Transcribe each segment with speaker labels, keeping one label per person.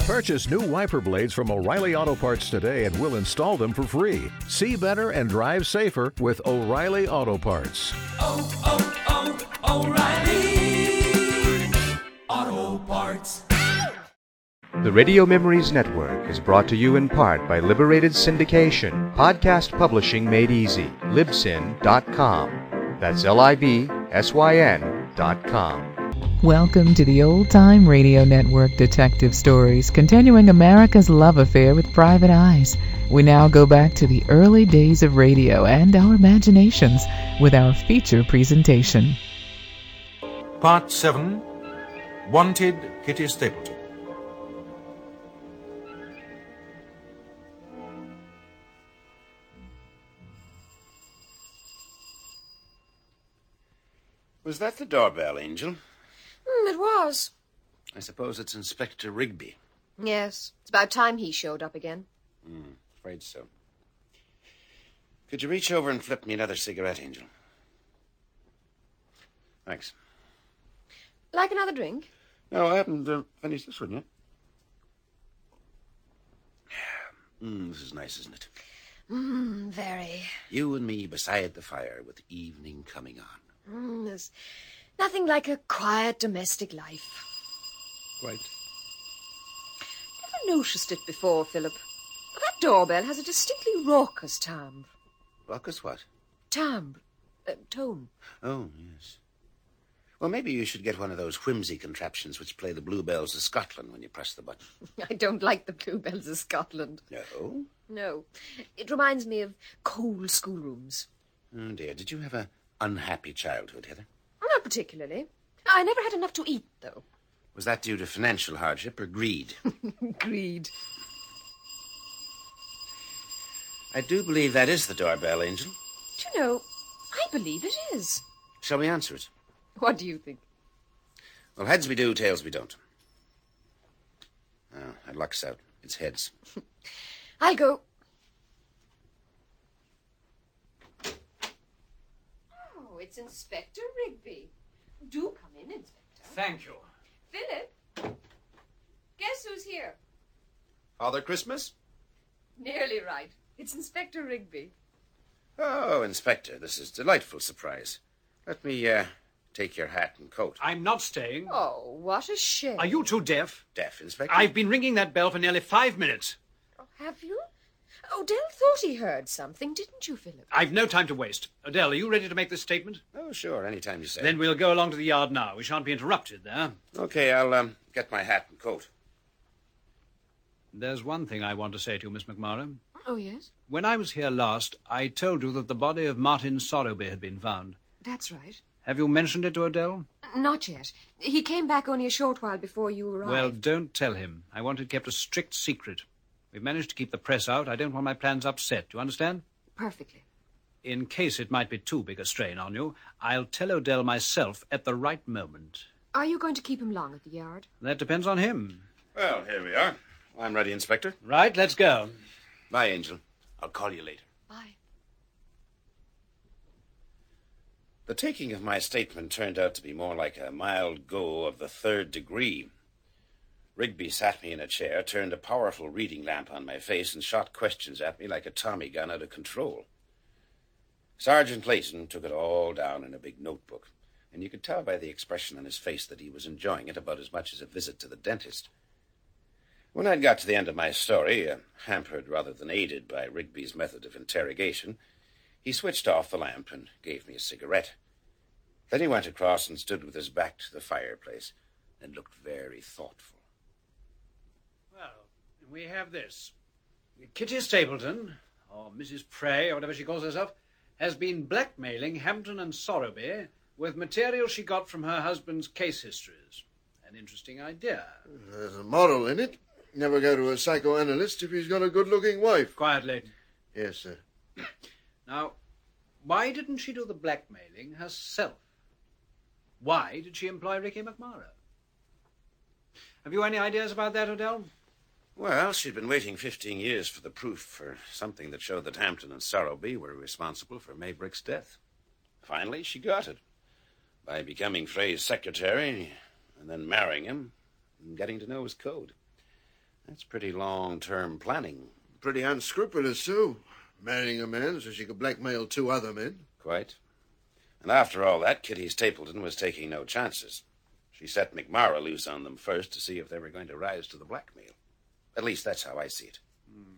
Speaker 1: Purchase new wiper blades from O'Reilly Auto Parts today and we'll install them for free. See better and drive safer with O'Reilly Auto Parts.
Speaker 2: oh, oh, O'Reilly Auto Parts.
Speaker 3: The Radio Memories Network is brought to you in part by Liberated Syndication, podcast publishing made easy. Libsyn.com. That's L I B S Y N dot com.
Speaker 4: Welcome to the Old Time Radio Network Detective Stories, continuing America's love affair with private eyes. We now go back to the early days of radio and our imaginations with our feature presentation.
Speaker 5: Part 7 Wanted Kitty Stapleton.
Speaker 6: Was that the doorbell, Angel?
Speaker 7: Mm, it was.
Speaker 6: I suppose it's Inspector Rigby.
Speaker 7: Yes. It's about time he showed up again.
Speaker 6: Afraid so. Could you reach over and flip me another cigarette, Angel? Thanks.
Speaker 7: Like another drink?
Speaker 6: No, I haven't uh, finished this one yet. Mm, this is nice, isn't it?
Speaker 7: Mm, very.
Speaker 6: You and me beside the fire with evening coming on.
Speaker 7: Mm, there's nothing like a quiet domestic life.
Speaker 6: Quite.
Speaker 7: Never noticed it before, Philip. That doorbell has a distinctly raucous timbre.
Speaker 6: Ruckus what?
Speaker 7: Timbre. Uh, tone.
Speaker 6: Oh, yes. Well, maybe you should get one of those whimsy contraptions which play the bluebells of Scotland when you press the button.
Speaker 7: I don't like the bluebells of Scotland.
Speaker 6: No?
Speaker 7: No. It reminds me of cold schoolrooms.
Speaker 6: Oh, dear. Did you have a unhappy childhood, Heather?
Speaker 7: Not particularly. I never had enough to eat, though.
Speaker 6: Was that due to financial hardship or greed?
Speaker 7: Greed.
Speaker 6: I do believe that is the doorbell, Angel.
Speaker 7: Do you know, I believe it is.
Speaker 6: Shall we answer it?
Speaker 7: What do you think?
Speaker 6: Well, heads we do, tails we don't. Oh, our luck's out. It's heads.
Speaker 7: I'll go. Oh, it's Inspector Rigby. Do come in, Inspector.
Speaker 2: Thank you.
Speaker 7: Philip, guess who's here?
Speaker 6: Father Christmas?
Speaker 7: Nearly right. It's Inspector Rigby.
Speaker 6: Oh, Inspector, this is a delightful surprise. Let me, uh, take your hat and coat.
Speaker 8: I'm not staying.
Speaker 7: Oh, what a shame.
Speaker 8: Are you too deaf?
Speaker 6: Deaf, Inspector.
Speaker 8: I've been ringing that bell for nearly five minutes.
Speaker 7: Oh, Have you? Odell Oh, thought he heard something, didn't you, Philip?
Speaker 8: I've no time to waste. Adele, are you ready to make this statement?
Speaker 6: Oh, sure, any time you say.
Speaker 8: Then we'll go along to the yard now. We shan't be interrupted there.
Speaker 6: Okay, I'll, um, get my hat and coat.
Speaker 8: There's one thing I want to say to you, Miss McMurray.
Speaker 7: Oh, yes.
Speaker 8: When I was here last, I told you that the body of Martin Sorrowby had been found.
Speaker 7: That's right.
Speaker 8: Have you mentioned it to Adele?
Speaker 7: Not yet. He came back only a short while before you arrived.
Speaker 8: Well, don't tell him. I want it kept a strict secret. We've managed to keep the press out. I don't want my plans upset. Do you understand?
Speaker 7: perfectly.
Speaker 8: In case it might be too big a strain on you, I'll tell Odell myself at the right moment.
Speaker 7: Are you going to keep him long at the yard?
Speaker 8: That depends on him.
Speaker 6: Well, here we are. I'm ready, Inspector.
Speaker 8: Right, let's go.
Speaker 6: Bye, Angel. I'll call you later.
Speaker 7: Bye.
Speaker 6: The taking of my statement turned out to be more like a mild go of the third degree. Rigby sat me in a chair, turned a powerful reading lamp on my face, and shot questions at me like a Tommy gun out of control. Sergeant Layton took it all down in a big notebook, and you could tell by the expression on his face that he was enjoying it about as much as a visit to the dentist. When I'd got to the end of my story, uh, hampered rather than aided by Rigby's method of interrogation, he switched off the lamp and gave me a cigarette. Then he went across and stood with his back to the fireplace and looked very thoughtful.
Speaker 8: Well, we have this. Kitty Stapleton, or Mrs. Prey, or whatever she calls herself, has been blackmailing Hampton and Sorrowby with material she got from her husband's case histories. An interesting idea.
Speaker 9: There's a moral in it. Never go to a psychoanalyst if he's got a good looking wife.
Speaker 8: Quietly.
Speaker 9: Yes, sir.
Speaker 8: Now, why didn't she do the blackmailing herself? Why did she employ Ricky McMara? Have you any ideas about that, Odell?
Speaker 6: Well, she'd been waiting 15 years for the proof for something that showed that Hampton and Sorrowby were responsible for Maybrick's death. Finally, she got it by becoming Frey's secretary and then marrying him and getting to know his code. That's pretty long term planning.
Speaker 9: Pretty unscrupulous, too. Marrying a man so she could blackmail two other men.
Speaker 6: Quite. And after all that, Kitty Stapleton was taking no chances. She set McMara loose on them first to see if they were going to rise to the blackmail. At least that's how I see it.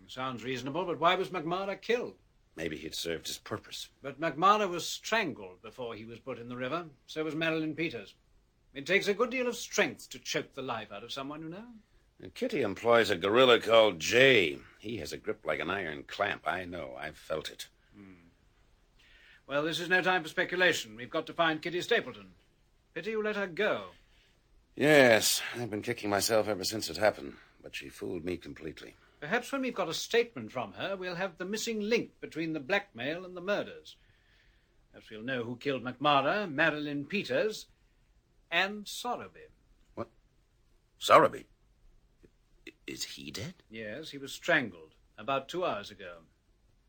Speaker 8: Sounds reasonable, but why was McMara killed?
Speaker 6: Maybe he'd served his purpose.
Speaker 8: But McMara was strangled before he was put in the river. So was Marilyn Peters. It takes a good deal of strength to choke the life out of someone, you know.
Speaker 6: And Kitty employs a gorilla called Jay. He has a grip like an iron clamp. I know. I've felt it.
Speaker 8: Well, this is no time for speculation. We've got to find Kitty Stapleton. Pity you let her go.
Speaker 6: Yes, I've been kicking myself ever since it happened, but she fooled me completely.
Speaker 8: Perhaps when we've got a statement from her, we'll have the missing link between the blackmail and the murders. Perhaps we'll know who killed McMara, Marilyn Peters, and Sorrowby.
Speaker 6: Sorrowby. I- Is he dead?
Speaker 8: Yes, he was strangled about two hours ago.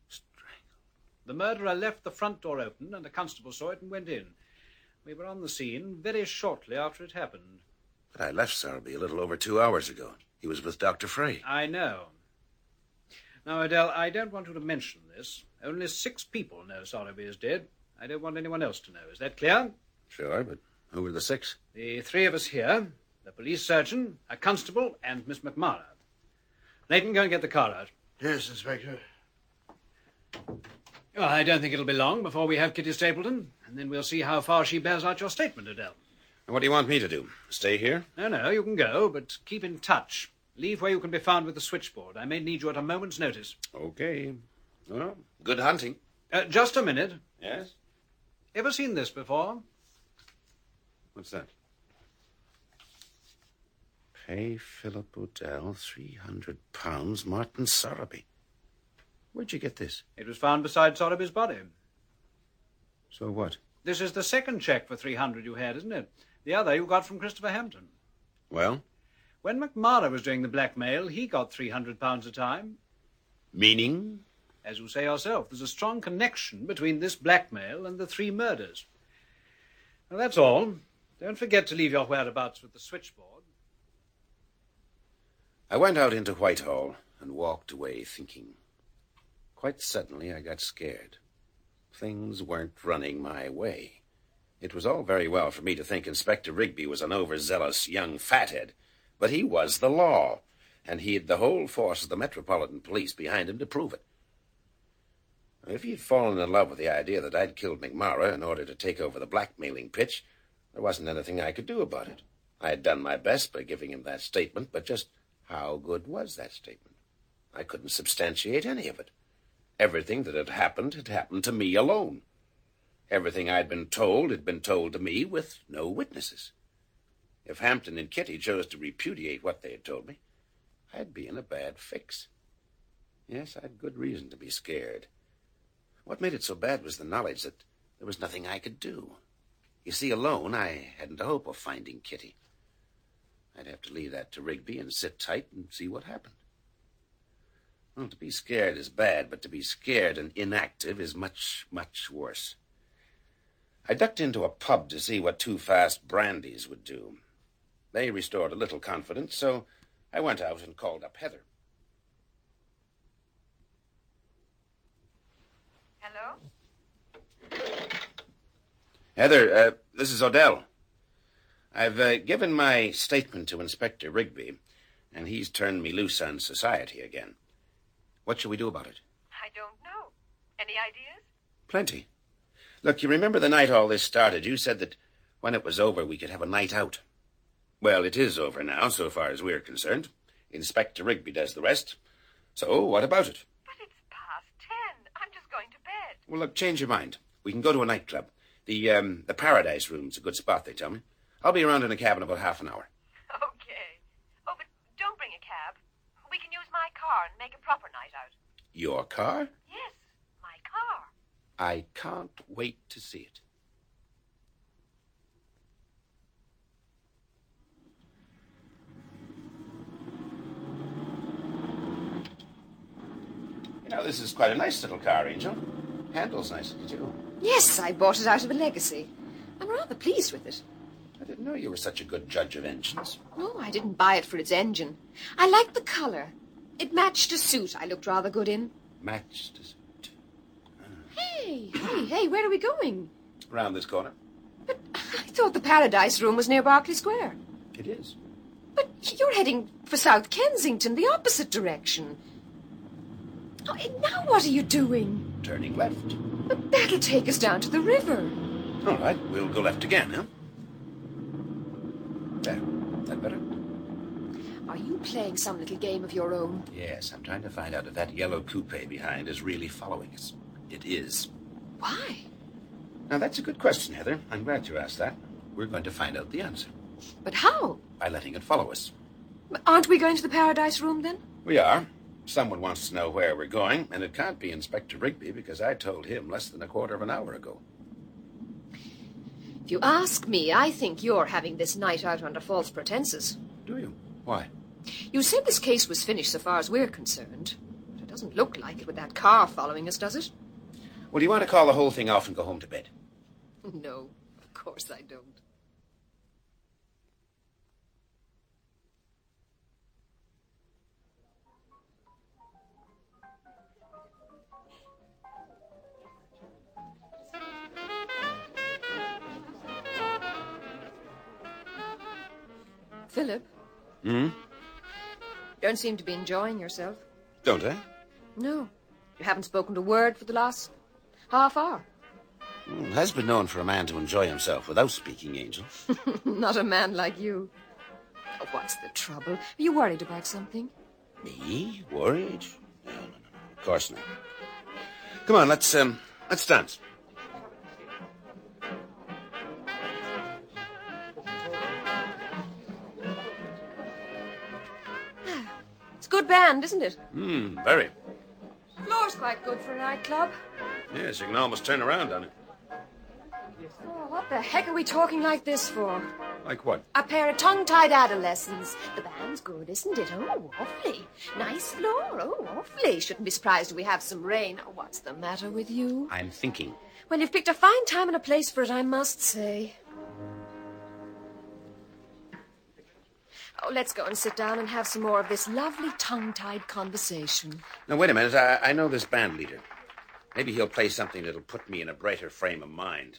Speaker 8: Strangled? The murderer left the front door open, and a constable saw it and went in. We were on the scene very shortly after it happened.
Speaker 6: But I left Sorrowby a little over two hours ago. He was with Dr. Frey.
Speaker 8: I know. Now, Adele, I don't want you to mention this. Only six people know Sorrowby is dead. I don't want anyone else to know. Is that clear?
Speaker 6: Sure, but who were the six?
Speaker 8: The three of us here the police surgeon, a constable, and Miss McMara. Leighton, go and get the car out.
Speaker 9: Yes, Inspector.
Speaker 8: Well, I don't think it'll be long before we have Kitty Stapleton, and then we'll see how far she bears out your statement, Adele.
Speaker 6: And what do you want me to do? Stay here?
Speaker 8: No, no, you can go, but keep in touch. Leave where you can be found with the switchboard. I may need you at a moment's notice.
Speaker 6: Okay. Well, good hunting.
Speaker 8: Uh, just a minute.
Speaker 6: Yes?
Speaker 8: Ever seen this before?
Speaker 6: What's that? Pay Philip Odell three hundred pounds, Martin Sorrowby. Where'd you get this?
Speaker 8: It was found beside Sorrowby's body.
Speaker 6: So what?
Speaker 8: This is the second cheque for 300 you had, isn't it? The other you got from Christopher Hampton.
Speaker 6: Well,
Speaker 8: When McMara was doing the blackmail, he got 300 pounds a time.
Speaker 6: meaning?
Speaker 8: As you say yourself, there's a strong connection between this blackmail and the three murders. Well, that's all. Don't forget to leave your whereabouts with the switchboard.
Speaker 6: I went out into Whitehall and walked away thinking. Quite suddenly, I got scared. Things weren't running my way. It was all very well for me to think Inspector Rigby was an overzealous young fathead, but he was the law, and he had the whole force of the Metropolitan Police behind him to prove it. If he'd fallen in love with the idea that I'd killed McMara in order to take over the blackmailing pitch, there wasn't anything I could do about it. I had done my best by giving him that statement, but just how good was that statement? I couldn't substantiate any of it. Everything that had happened had happened to me alone. Everything I'd been told had been told to me with no witnesses. If Hampton and Kitty chose to repudiate what they had told me, I'd be in a bad fix. Yes, I'd good reason to be scared. What made it so bad was the knowledge that there was nothing I could do. You see, alone, I hadn't a hope of finding Kitty. I'd have to leave that to Rigby and sit tight and see what happened. Well, to be scared is bad, but to be scared and inactive is much, much worse. I ducked into a pub to see what two fast brandies would do. They restored a little confidence, so I went out and called up Heather.
Speaker 10: Hello?
Speaker 6: Heather, uh, this is Odell. I've uh, given my statement to Inspector Rigby, and he's turned me loose on society again. What shall we do about it?
Speaker 10: I don't know. Any ideas?
Speaker 6: Plenty. Look, you remember the night all this started? You said that when it was over, we could have a night out. Well, it is over now, so far as we're concerned. Inspector Rigby does the rest. So, what about it?
Speaker 10: But it's past ten. I'm just going to bed.
Speaker 6: Well, look, change your mind. We can go to a nightclub. The um, the Paradise Room's a good spot, they tell me. I'll be around in a cab in about half an hour.
Speaker 10: Okay. Oh, but don't bring a cab. We can use my car and make a proper night out.
Speaker 6: Your car?
Speaker 10: Yes, my car.
Speaker 6: I can't wait to see it. You know, this is quite a nice little car, Angel. Handles nicely, too.
Speaker 10: Yes, I bought it out of a legacy. I'm rather pleased with it.
Speaker 6: I didn't know you were such a good judge of engines.
Speaker 7: No, I didn't buy it for its engine. I liked the color. It matched a suit I looked rather good in.
Speaker 6: Matched us
Speaker 7: Hey, hey, hey, where are we going?
Speaker 6: round this corner.
Speaker 7: I thought the Paradise Room was near Berkeley Square.
Speaker 6: It is.
Speaker 7: But you're heading for South Kensington, the opposite direction. Oh, and now what are you doing?
Speaker 6: Turning left.
Speaker 7: But that'll take us down to the river.
Speaker 6: All right, we'll go left again, huh? There. That better?
Speaker 7: Are you playing some little game of your own?
Speaker 6: Yes, I'm trying to find out if that yellow coupe behind is really following us. It is.
Speaker 7: Why?
Speaker 6: Now, that's a good question, Heather. I'm glad you asked that. We're going to find out the answer
Speaker 7: But how?
Speaker 6: by letting it follow us.
Speaker 7: Aren't we going to the Paradise Room then?
Speaker 6: We are. Someone wants to know where we're going, and it can't be Inspector Rigby because I told him less than a quarter of an hour ago.
Speaker 7: If you ask me, I think you're having this night out under false pretenses.
Speaker 6: Do you? Why?
Speaker 7: You said this case was finished so far as we're concerned. But it doesn't look like it with that car following us, does it?
Speaker 6: Well, do you want to call the whole thing off and go home to bed?
Speaker 7: No, of course I don't. Philip,
Speaker 6: Hmm?
Speaker 7: don't seem to be enjoying yourself.
Speaker 6: Don't I?
Speaker 7: No, you haven't spoken a word for the last half hour.
Speaker 6: Mm, has been known for a man to enjoy himself without speaking, Angel.
Speaker 7: Not a man like you. Oh, what's the trouble? Are you worried about something?
Speaker 6: Me? Worried? No, no, no, no. Of course not. Come on, let's um, let's dance.
Speaker 7: It's a good band, isn't it?
Speaker 6: Hmm, very.
Speaker 7: Floor's quite good for a nightclub.
Speaker 6: Yes, you can almost turn around on it.
Speaker 7: Oh, what the heck are we talking like this for?
Speaker 6: Like what?
Speaker 7: A pair of tongue-tied adolescents. The band's good, isn't it? Oh, awfully. Nice floor. Oh, awfully. Shouldn't be surprised if we have some rain. Oh, what's the matter with you?
Speaker 6: I'm thinking.
Speaker 7: Well, you've picked a fine time and a place for it, I must say. Oh, let's go and sit down and have some more of this lovely tongue-tied conversation.
Speaker 6: Now, wait a minute. I, I know this band leader. Maybe he'll play something that'll put me in a brighter frame of mind.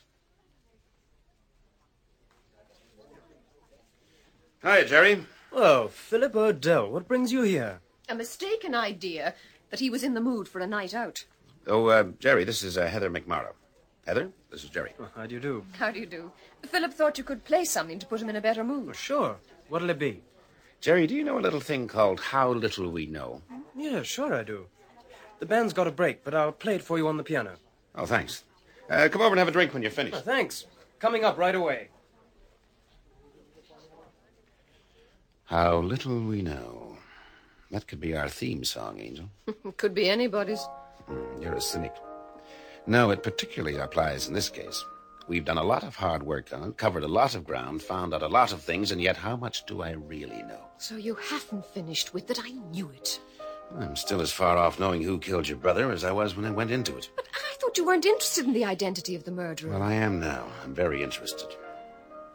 Speaker 6: Hi, Jerry.
Speaker 11: Oh, Philip O'Dell, what brings you here?
Speaker 7: A mistaken idea that he was in the mood for a night out.
Speaker 6: Oh, uh, Jerry, this is uh, Heather McMorrow. Heather, this is Jerry.
Speaker 11: How do you do?
Speaker 7: How do you do? Philip thought you could play something to put him in a better
Speaker 11: Oh,
Speaker 7: mood.
Speaker 11: sure. What'll it be?
Speaker 6: Jerry, do you know a little thing called How Little We Know?
Speaker 11: Yeah, sure I do. The band's got a break, but I'll play it for you on the piano.
Speaker 6: Oh, thanks. Uh, come over and have a drink when you're finished.
Speaker 11: Ah, thanks. Coming up right away.
Speaker 6: How Little We Know. That could be our theme song, Angel.
Speaker 7: Could be anybody's.
Speaker 6: Mm, You're a cynic. No, it particularly applies in this case. We've done a lot of hard work on it, covered a lot of ground, found out a lot of things, and yet how much do I really know?
Speaker 7: So you haven't finished with it. I knew it.
Speaker 6: I'm still as far off knowing who killed your brother as I was when I went into it.
Speaker 7: But I thought you weren't interested in the identity of the murderer.
Speaker 6: Well, I am now. I'm very interested.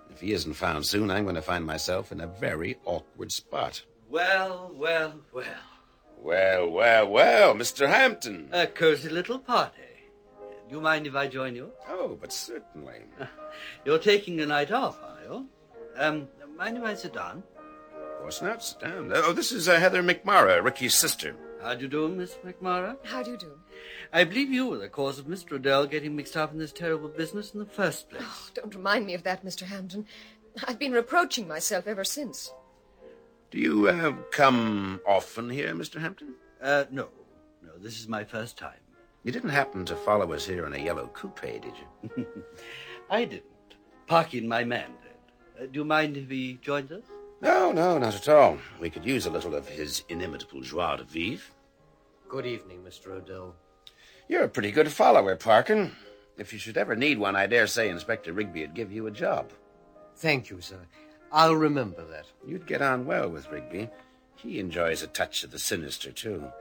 Speaker 6: If he isn't found soon, I'm going to find myself in a very awkward spot.
Speaker 2: Well, well, well.
Speaker 6: Well, well, well, Mr. Hampton.
Speaker 8: Uh,
Speaker 2: A cozy little party. Do you mind if I join you?
Speaker 6: oh, but certainly.
Speaker 2: You're taking a night off, are you? Um, mind if I sit down?
Speaker 6: Of course not. Sit down. Oh, this is uh, Heather McMara, Ricky's sister.
Speaker 2: How do you do, Miss McMara?
Speaker 7: How do you do?
Speaker 2: I believe you were the cause of Mr. Odell getting mixed up in this terrible business in the first
Speaker 7: Oh,
Speaker 2: place.
Speaker 7: don't remind me of that, Mr. Hampton. I've been reproaching myself ever since.
Speaker 6: Do you uh, come often here, Mr. Hampton?
Speaker 2: Uh, no. No, this is my first time.
Speaker 6: You didn't happen to follow us here in a yellow coupe, did you?
Speaker 2: I didn't. Parkin, my man, did. Uh, do you mind if he joins us?
Speaker 6: No, no, not at all. We could use a little of his inimitable joie de vivre.
Speaker 2: Good evening, Mr. Odell.
Speaker 6: You're a pretty good follower, Parkin. If you should ever need one, I dare say Inspector Rigby would give you a job.
Speaker 2: Thank you, sir. I'll remember that.
Speaker 6: You'd get on well with Rigby. He enjoys a touch of the sinister, too.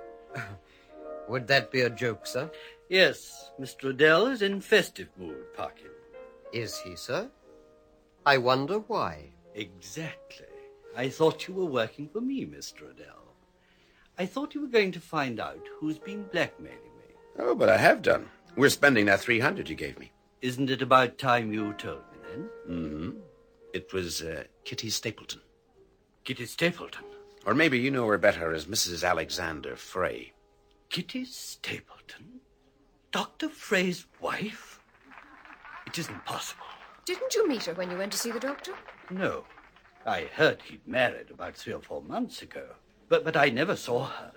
Speaker 2: Would that be a joke, sir? Yes, Mr. Odell is in festive mood, Parkin. Is he, sir? I wonder why. Exactly. I thought you were working for me, Mr. Adele. I thought you were going to find out who's been blackmailing me.
Speaker 6: Oh, but I have done. We're spending that 300 you gave me.
Speaker 2: Isn't it about time you told me then?
Speaker 6: Mm-hmm. It was uh, Kitty Stapleton.
Speaker 2: Kitty Stapleton?
Speaker 6: Or maybe you know her better as Mrs. Alexander Frey.
Speaker 2: Kitty Stapleton? Dr. Frey's wife? It isn't possible.
Speaker 7: Didn't you meet her when you went to see the doctor?
Speaker 2: No. I heard he'd married about three or four months ago, but, but I never saw her.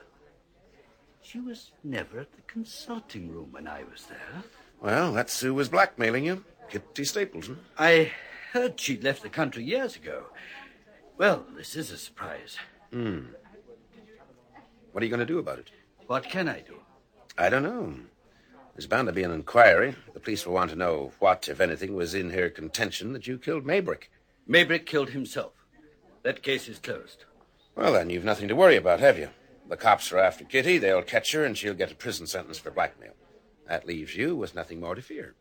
Speaker 2: She was never at the consulting room when I was there.
Speaker 6: Well, that's who was blackmailing you, Kitty Stapleton.
Speaker 2: I heard she'd left the country years ago. Well, this is a surprise.
Speaker 6: Hmm. What are you going to do about it?
Speaker 2: What can I do?
Speaker 6: I don't know. There's bound to be an inquiry. The police will want to know what, if anything, was in her contention that you killed Maybrick.
Speaker 2: Maybrick killed himself. That case is closed.
Speaker 6: Well, then, you've nothing to worry about, have you? The cops are after Kitty. They'll catch her, and she'll get a prison sentence for blackmail. That leaves you with nothing more to fear.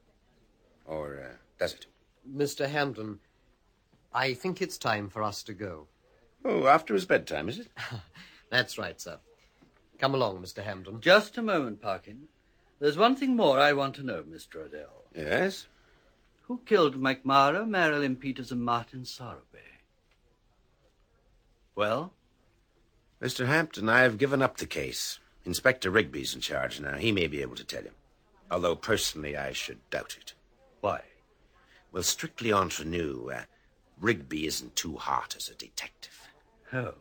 Speaker 6: Or uh, does it?
Speaker 12: Mr. Hampton, I think it's time for us to go.
Speaker 6: Oh, after his bedtime, is it?
Speaker 12: That's right, sir. Come along, Mr. Hampton.
Speaker 2: Just a moment, Parkin. There's one thing more I want to know, Mr. Odell.
Speaker 6: Yes?
Speaker 2: Who killed McMara, Marilyn Peters, and Martin Sowerby? Well?
Speaker 6: Mr. Hampton, I have given up the case. Inspector Rigby's in charge now. He may be able to tell him. Although, personally, I should doubt it.
Speaker 2: Why?
Speaker 6: Well, strictly entre nous, uh, Rigby isn't too hot as a detective.
Speaker 2: Oh.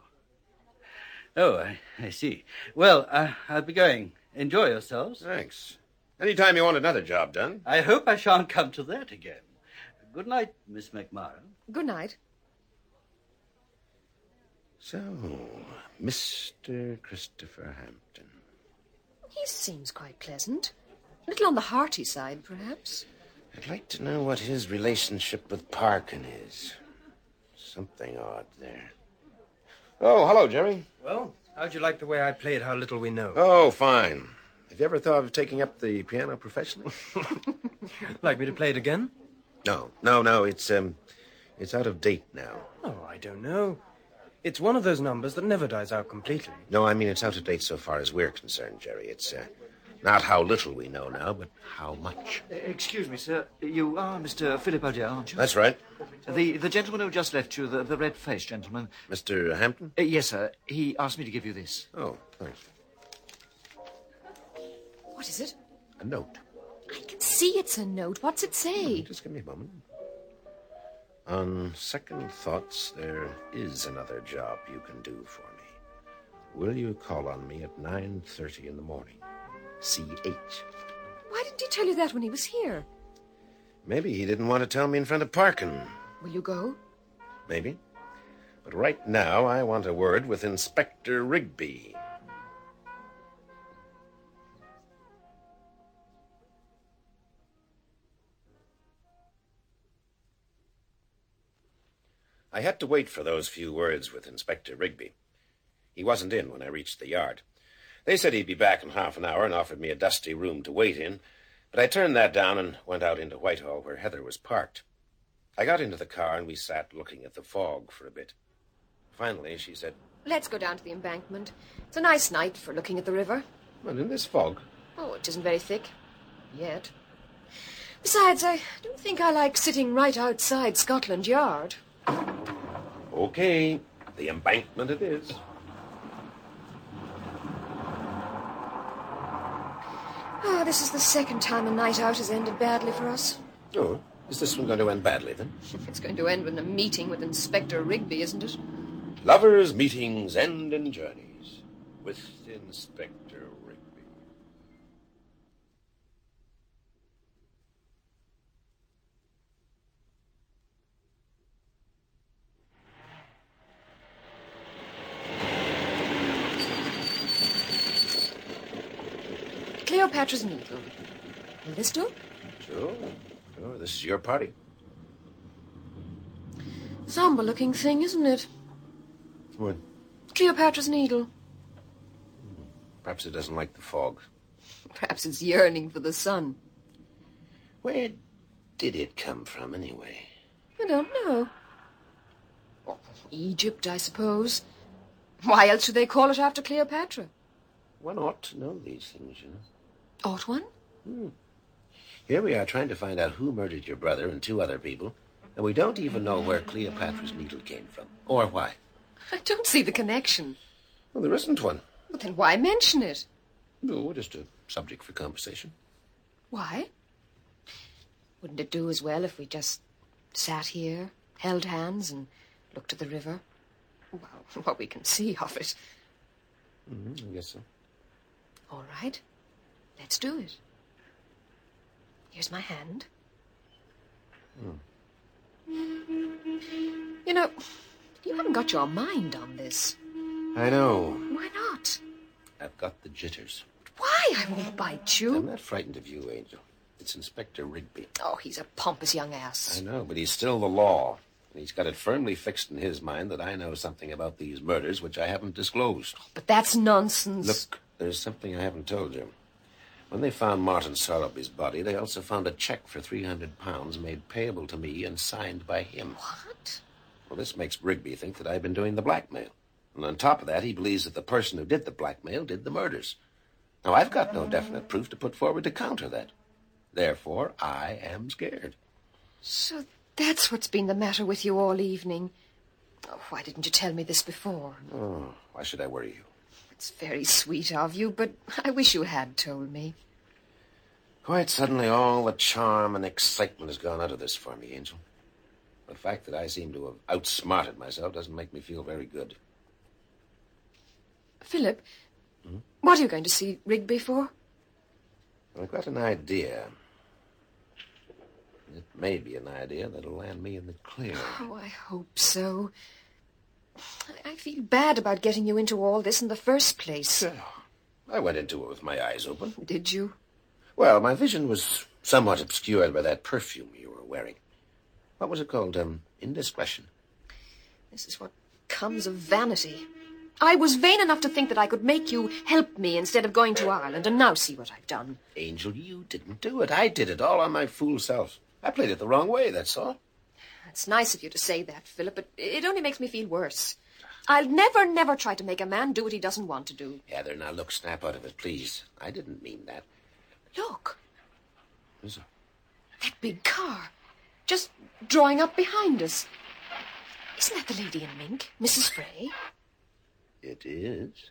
Speaker 2: Oh, I, I see. Well, uh, I'll be going. Enjoy yourselves.
Speaker 6: Thanks. Any time you want another job done.
Speaker 2: I hope I shan't come to that again. Good night, Miss McMara.
Speaker 7: Good night.
Speaker 6: So, Mr. Christopher Hampton.
Speaker 7: He seems quite pleasant. A little on the hearty side, perhaps.
Speaker 6: I'd like to know what his relationship with Parkin is. Something odd there. Oh, hello, Jerry.
Speaker 11: Well, how'd you like the way I played How Little We Know?
Speaker 6: Oh, fine. Have you ever thought of taking up the piano professionally?
Speaker 11: like me to play it again?
Speaker 6: No, no, no. It's um, it's out of date now.
Speaker 11: Oh, I don't know. It's one of those numbers that never dies out completely.
Speaker 6: No, I mean it's out of date so far as we're concerned, Jerry. It's uh, not how little we know now, but how much.
Speaker 13: E, Excuse me, sir. You are Mr. Philip O'Dea, aren't you?
Speaker 6: That's right.
Speaker 13: The the gentleman who just left you, the, the red faced gentleman.
Speaker 6: Mr. Hampton?
Speaker 13: Uh, yes, sir. He asked me to give you this.
Speaker 6: Oh, thanks.
Speaker 7: What is it?
Speaker 6: A note.
Speaker 7: I can see it's a note. What's it say?
Speaker 6: Just give me a moment. On second thoughts, there is another job you can do for me. Will you call on me at 9.30 in the morning? C.H.
Speaker 7: Why didn't he tell you that when he was here?
Speaker 6: Maybe he didn't want to tell me in front of Parkin.
Speaker 7: Will you go?
Speaker 6: Maybe. But right now, I want a word with Inspector Rigby. I had to wait for those few words with Inspector Rigby. He wasn't in when I reached the yard. They said he'd be back in half an hour and offered me a dusty room to wait in, but I turned that down and went out into Whitehall where Heather was parked. I got into the car and we sat looking at the fog for a bit. Finally, she said,
Speaker 7: Let's go down to the embankment. It's a nice night for looking at the river.
Speaker 6: Well, in this fog?
Speaker 7: Oh, it isn't very thick. Yet. Besides, I don't think I like sitting right outside Scotland Yard.
Speaker 6: Okay, the embankment it is.
Speaker 7: Oh, this is the second time a night out has ended badly for us.
Speaker 6: Oh, is this one going to end badly then?
Speaker 7: It's going to end with a meeting with Inspector Rigby, isn't it?
Speaker 6: Lovers' meetings end in journeys with Inspector Rigby.
Speaker 7: Cleopatra's Needle. Will this do?
Speaker 6: Sure, sure. "Oh, This is your party.
Speaker 7: Somber looking thing, isn't it?
Speaker 6: What?
Speaker 7: Cleopatra's Needle.
Speaker 6: Perhaps it doesn't like the fog.
Speaker 7: Perhaps it's yearning for the sun.
Speaker 6: Where did it come from, anyway?
Speaker 7: I don't know. Well, Egypt, I suppose. Why else should they call it after Cleopatra?
Speaker 6: One ought to know these things, you know.
Speaker 7: Ought one?
Speaker 6: Hmm. Here we are trying to find out who murdered your brother and two other people, and we don't even know where Cleopatra's needle came from or why.
Speaker 7: I don't see the connection.
Speaker 6: Well, there isn't one.
Speaker 7: Well, then why mention it?
Speaker 6: No, just a subject for conversation.
Speaker 7: Why? Wouldn't it do as well if we just sat here, held hands, and looked at the river? Well, what we can see of it.
Speaker 6: Mm-hmm, I guess so.
Speaker 7: All right. Let's do it. Here's my hand. You know, you haven't got your mind on this.
Speaker 6: I know.
Speaker 7: Why not?
Speaker 6: I've got the jitters.
Speaker 7: Why? I won't bite you.
Speaker 6: I'm not frightened of you, Angel. It's Inspector Rigby.
Speaker 7: Oh, he's a pompous young ass.
Speaker 6: I know, but he's still the law. And he's got it firmly fixed in his mind that I know something about these murders which I haven't disclosed.
Speaker 7: But that's nonsense.
Speaker 6: Look, there's something I haven't told you. When they found Martin Sorrowby's body, they also found a check for 300 pounds made payable to me and signed by him.
Speaker 7: What?
Speaker 6: Well, this makes Rigby think that I've been doing the blackmail. And on top of that, he believes that the person who did the blackmail did the murders. Now, I've got no definite proof to put forward to counter that. Therefore, I am scared.
Speaker 7: So that's what's been the matter with you all evening. Oh, why didn't you tell me this before?
Speaker 6: Oh, why should I worry you?
Speaker 7: It's very sweet of you, but I wish you had told me.
Speaker 6: Quite suddenly, all the charm and excitement has gone out of this for me, Angel. The fact that I seem to have outsmarted myself doesn't make me feel very good.
Speaker 7: Philip, what are you going to see Rigby for?
Speaker 6: I've got an idea. It may be an idea that'll land me in the clear.
Speaker 7: Oh, I hope so. I- I feel bad about getting you into all this in the first place.
Speaker 6: I went into it with my eyes open.
Speaker 7: Did you?
Speaker 6: Well, my vision was somewhat obscured by that perfume you were wearing. What was it called? Um, indiscretion.
Speaker 7: This is what comes of vanity. I was vain enough to think that I could make you help me instead of going to Ireland, and now see what I've done.
Speaker 6: Angel, you didn't do it. I did it all on my fool self. I played it the wrong way, that's all.
Speaker 7: It's nice of you to say that, Philip, but it only makes me feel worse. I'll never, never try to make a man do what he doesn't want to do.
Speaker 6: Heather, now look, snap out of it, please. I didn't mean that.
Speaker 7: Look,
Speaker 6: There's a-
Speaker 7: that big car, just drawing up behind us. Isn't that the lady in mink, Mrs. Frey?
Speaker 6: It is.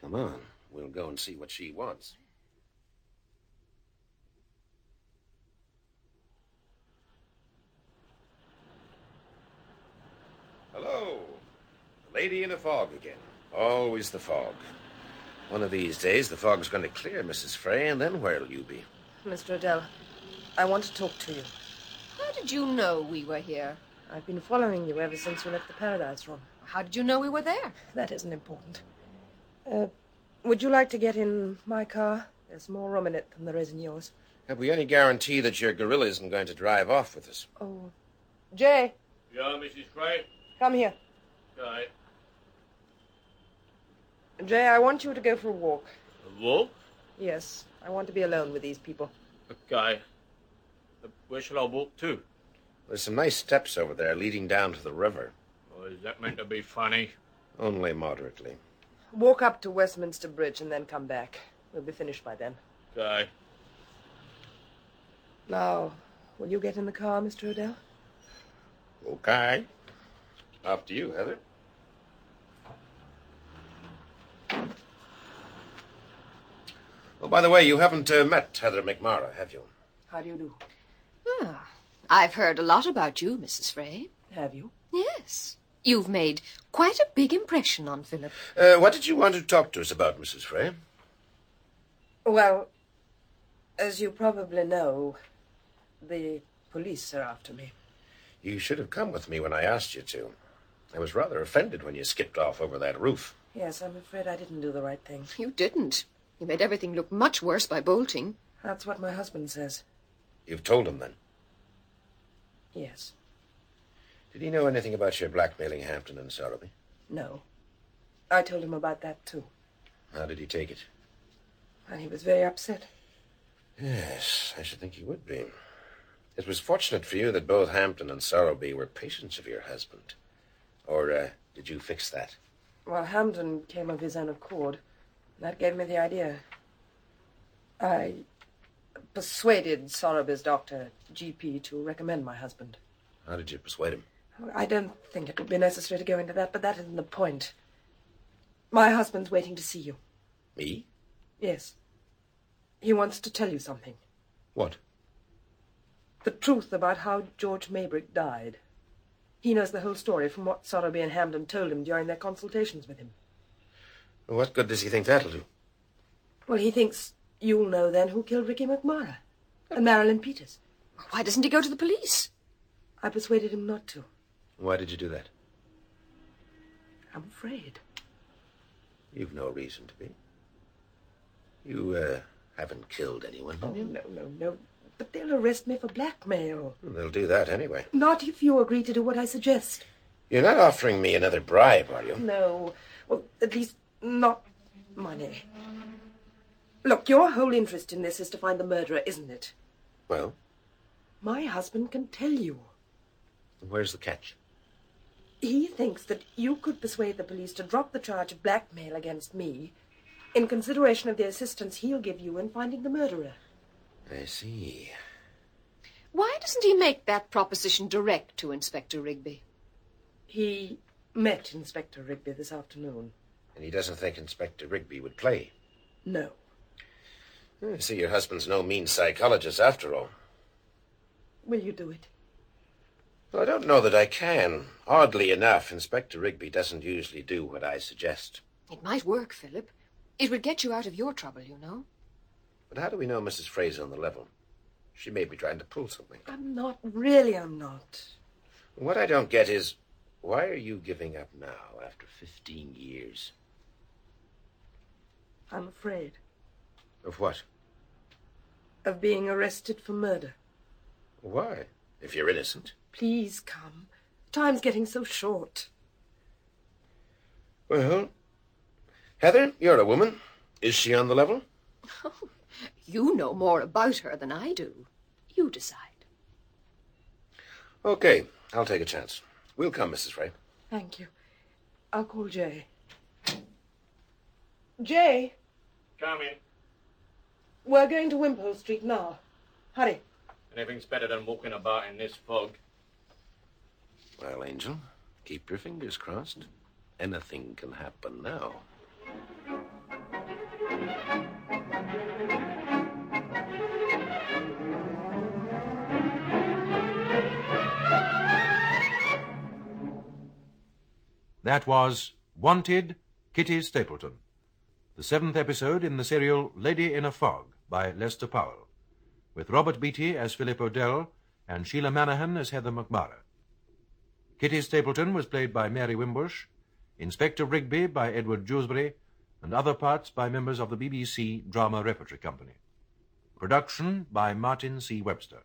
Speaker 6: Come on, we'll go and see what she wants. Hello. The lady in a fog again. Always the fog. One of these days, the fog's going to clear, Mrs. Frey, and then where'll you be?
Speaker 14: Mr. Adele, I want to talk to you.
Speaker 7: How did you know we were here?
Speaker 14: I've been following you ever since you left the Paradise Room.
Speaker 7: How did you know we were there?
Speaker 14: That isn't important. Uh, would you like to get in my car? There's more room in it than there is in yours.
Speaker 6: Have we any guarantee that your gorilla isn't going to drive off with us?
Speaker 14: Oh. Jay,
Speaker 15: Yeah, Mrs. Gray?
Speaker 14: come here.
Speaker 15: Right.
Speaker 14: Jay, I want you to go for a walk.
Speaker 15: A walk?
Speaker 14: Yes, I want to be alone with these people.
Speaker 15: Okay. Uh, Where shall I walk to?
Speaker 6: There's some nice steps over there leading down to the river.
Speaker 15: Or Oh, is that meant to be funny?
Speaker 6: Only moderately.
Speaker 14: Walk up to Westminster Bridge and then come back. We'll be finished by then.
Speaker 15: Okay.
Speaker 14: Now, will you get in the car, Mr. Odell?
Speaker 6: Okay. Up to you, Heather. Well, Oh, by the way, you haven't uh, met Heather McMara, have you?
Speaker 14: How do you do?
Speaker 7: Ah, I've heard a lot about you, Mrs. Frey.
Speaker 14: Have you?
Speaker 7: Yes. You've made quite a big impression on Philip.
Speaker 6: Uh, what did you want to talk to us about, Mrs. Frey?
Speaker 14: Well, as you probably know, the police are after me.
Speaker 6: You should have come with me when I asked you to. I was rather offended when you skipped off over that roof.
Speaker 14: Yes, I'm afraid I didn't do the right thing.
Speaker 7: You didn't. You made everything look much worse by bolting.
Speaker 14: That's what my husband says.
Speaker 6: You've told him then.
Speaker 14: Yes.
Speaker 6: Did he know anything about your blackmailing Hampton and Sowerby?
Speaker 14: No. I told him about that too,
Speaker 6: How did he take it?
Speaker 14: and he was very upset.
Speaker 6: Yes, I should think he would be. It was fortunate for you that both Hampton and Sorrowby were patients of your husband. Or uh, did you fix that?
Speaker 7: Well, Hamden came of his own accord. That gave me the idea. I persuaded Soraby's doctor, GP, to recommend my husband.
Speaker 6: How did you persuade him?
Speaker 7: I don't think it would be necessary to go into that, but that isn't the point. My husband's waiting to see you.
Speaker 6: Me?
Speaker 7: Yes. He wants to tell you something.
Speaker 6: What?
Speaker 7: The truth about how George Maybrick died. He knows the whole story from what Sowerby and Hamden told him during their consultations with him.
Speaker 6: What good does he think that'll do?
Speaker 7: Well, he thinks you'll know then who killed Ricky McMara and Marilyn Peters. Why doesn't he go to the police? I persuaded him not to.
Speaker 6: Why did you do that?
Speaker 7: I'm afraid.
Speaker 6: You've no reason to be. You uh, haven't killed anyone.
Speaker 7: Oh, no, no, no. But they'll arrest me for blackmail.
Speaker 6: They'll do that anyway.
Speaker 7: Not if you agree to do what I suggest.
Speaker 6: You're not offering me another bribe, are you?
Speaker 7: No. Well, at least not money. Look, your whole interest in this is to find the murderer, isn't it?
Speaker 6: Well,
Speaker 7: My husband can tell you.
Speaker 6: where's the catch?
Speaker 7: He thinks that you could persuade the police to drop the charge of blackmail against me in consideration of the assistance he'll give you in finding the murderer.
Speaker 6: I see.
Speaker 16: Why doesn't he make that proposition direct to Inspector Rigby?
Speaker 7: He met Inspector Rigby this afternoon.
Speaker 6: And he doesn't think Inspector Rigby would play.
Speaker 7: No.
Speaker 6: I see your husband's no mean psychologist after all.
Speaker 7: Will you do it?
Speaker 6: Well, I don't know that I can. Oddly enough, Inspector Rigby doesn't usually do what I suggest.
Speaker 16: It might work, Philip. It would get you out of your trouble, you know.
Speaker 6: But how do we know Mrs. Fraser on the level? She may be trying to pull something.
Speaker 7: I'm not. Really, I'm not.
Speaker 6: What I don't get is why are you giving up now after 15 years?
Speaker 7: I'm afraid
Speaker 6: Of what?
Speaker 7: of being arrested for murder.
Speaker 6: Why? If you're innocent.
Speaker 7: Please come. Time's getting so short.
Speaker 6: Well, Heather, you're a woman. Is she on the level?
Speaker 16: You know more about her than I do. You decide.
Speaker 6: Okay, I'll take a chance. We'll come, Mrs. Frey.
Speaker 7: Thank you. I'll call Jay. Jay,
Speaker 17: Come in.
Speaker 7: we're going to Wimpole Street now. Hurry.
Speaker 17: Anything's better than walking about in this fog.
Speaker 6: Well, Angel, keep your fingers crossed. Anything can happen now.
Speaker 5: That was Wanted Kitty Stapleton, the seventh episode in the serial Lady in a Fog by Lester Powell, with Robert Beatty as Philip Odell and Sheila Manahan as Heather McMara. Kitty Stapleton was played by Mary Wimbush, Inspector Rigby by Edward Jewsbury, and other parts by members of the BBC Drama Repertory Company. Production by Martin C. Webster.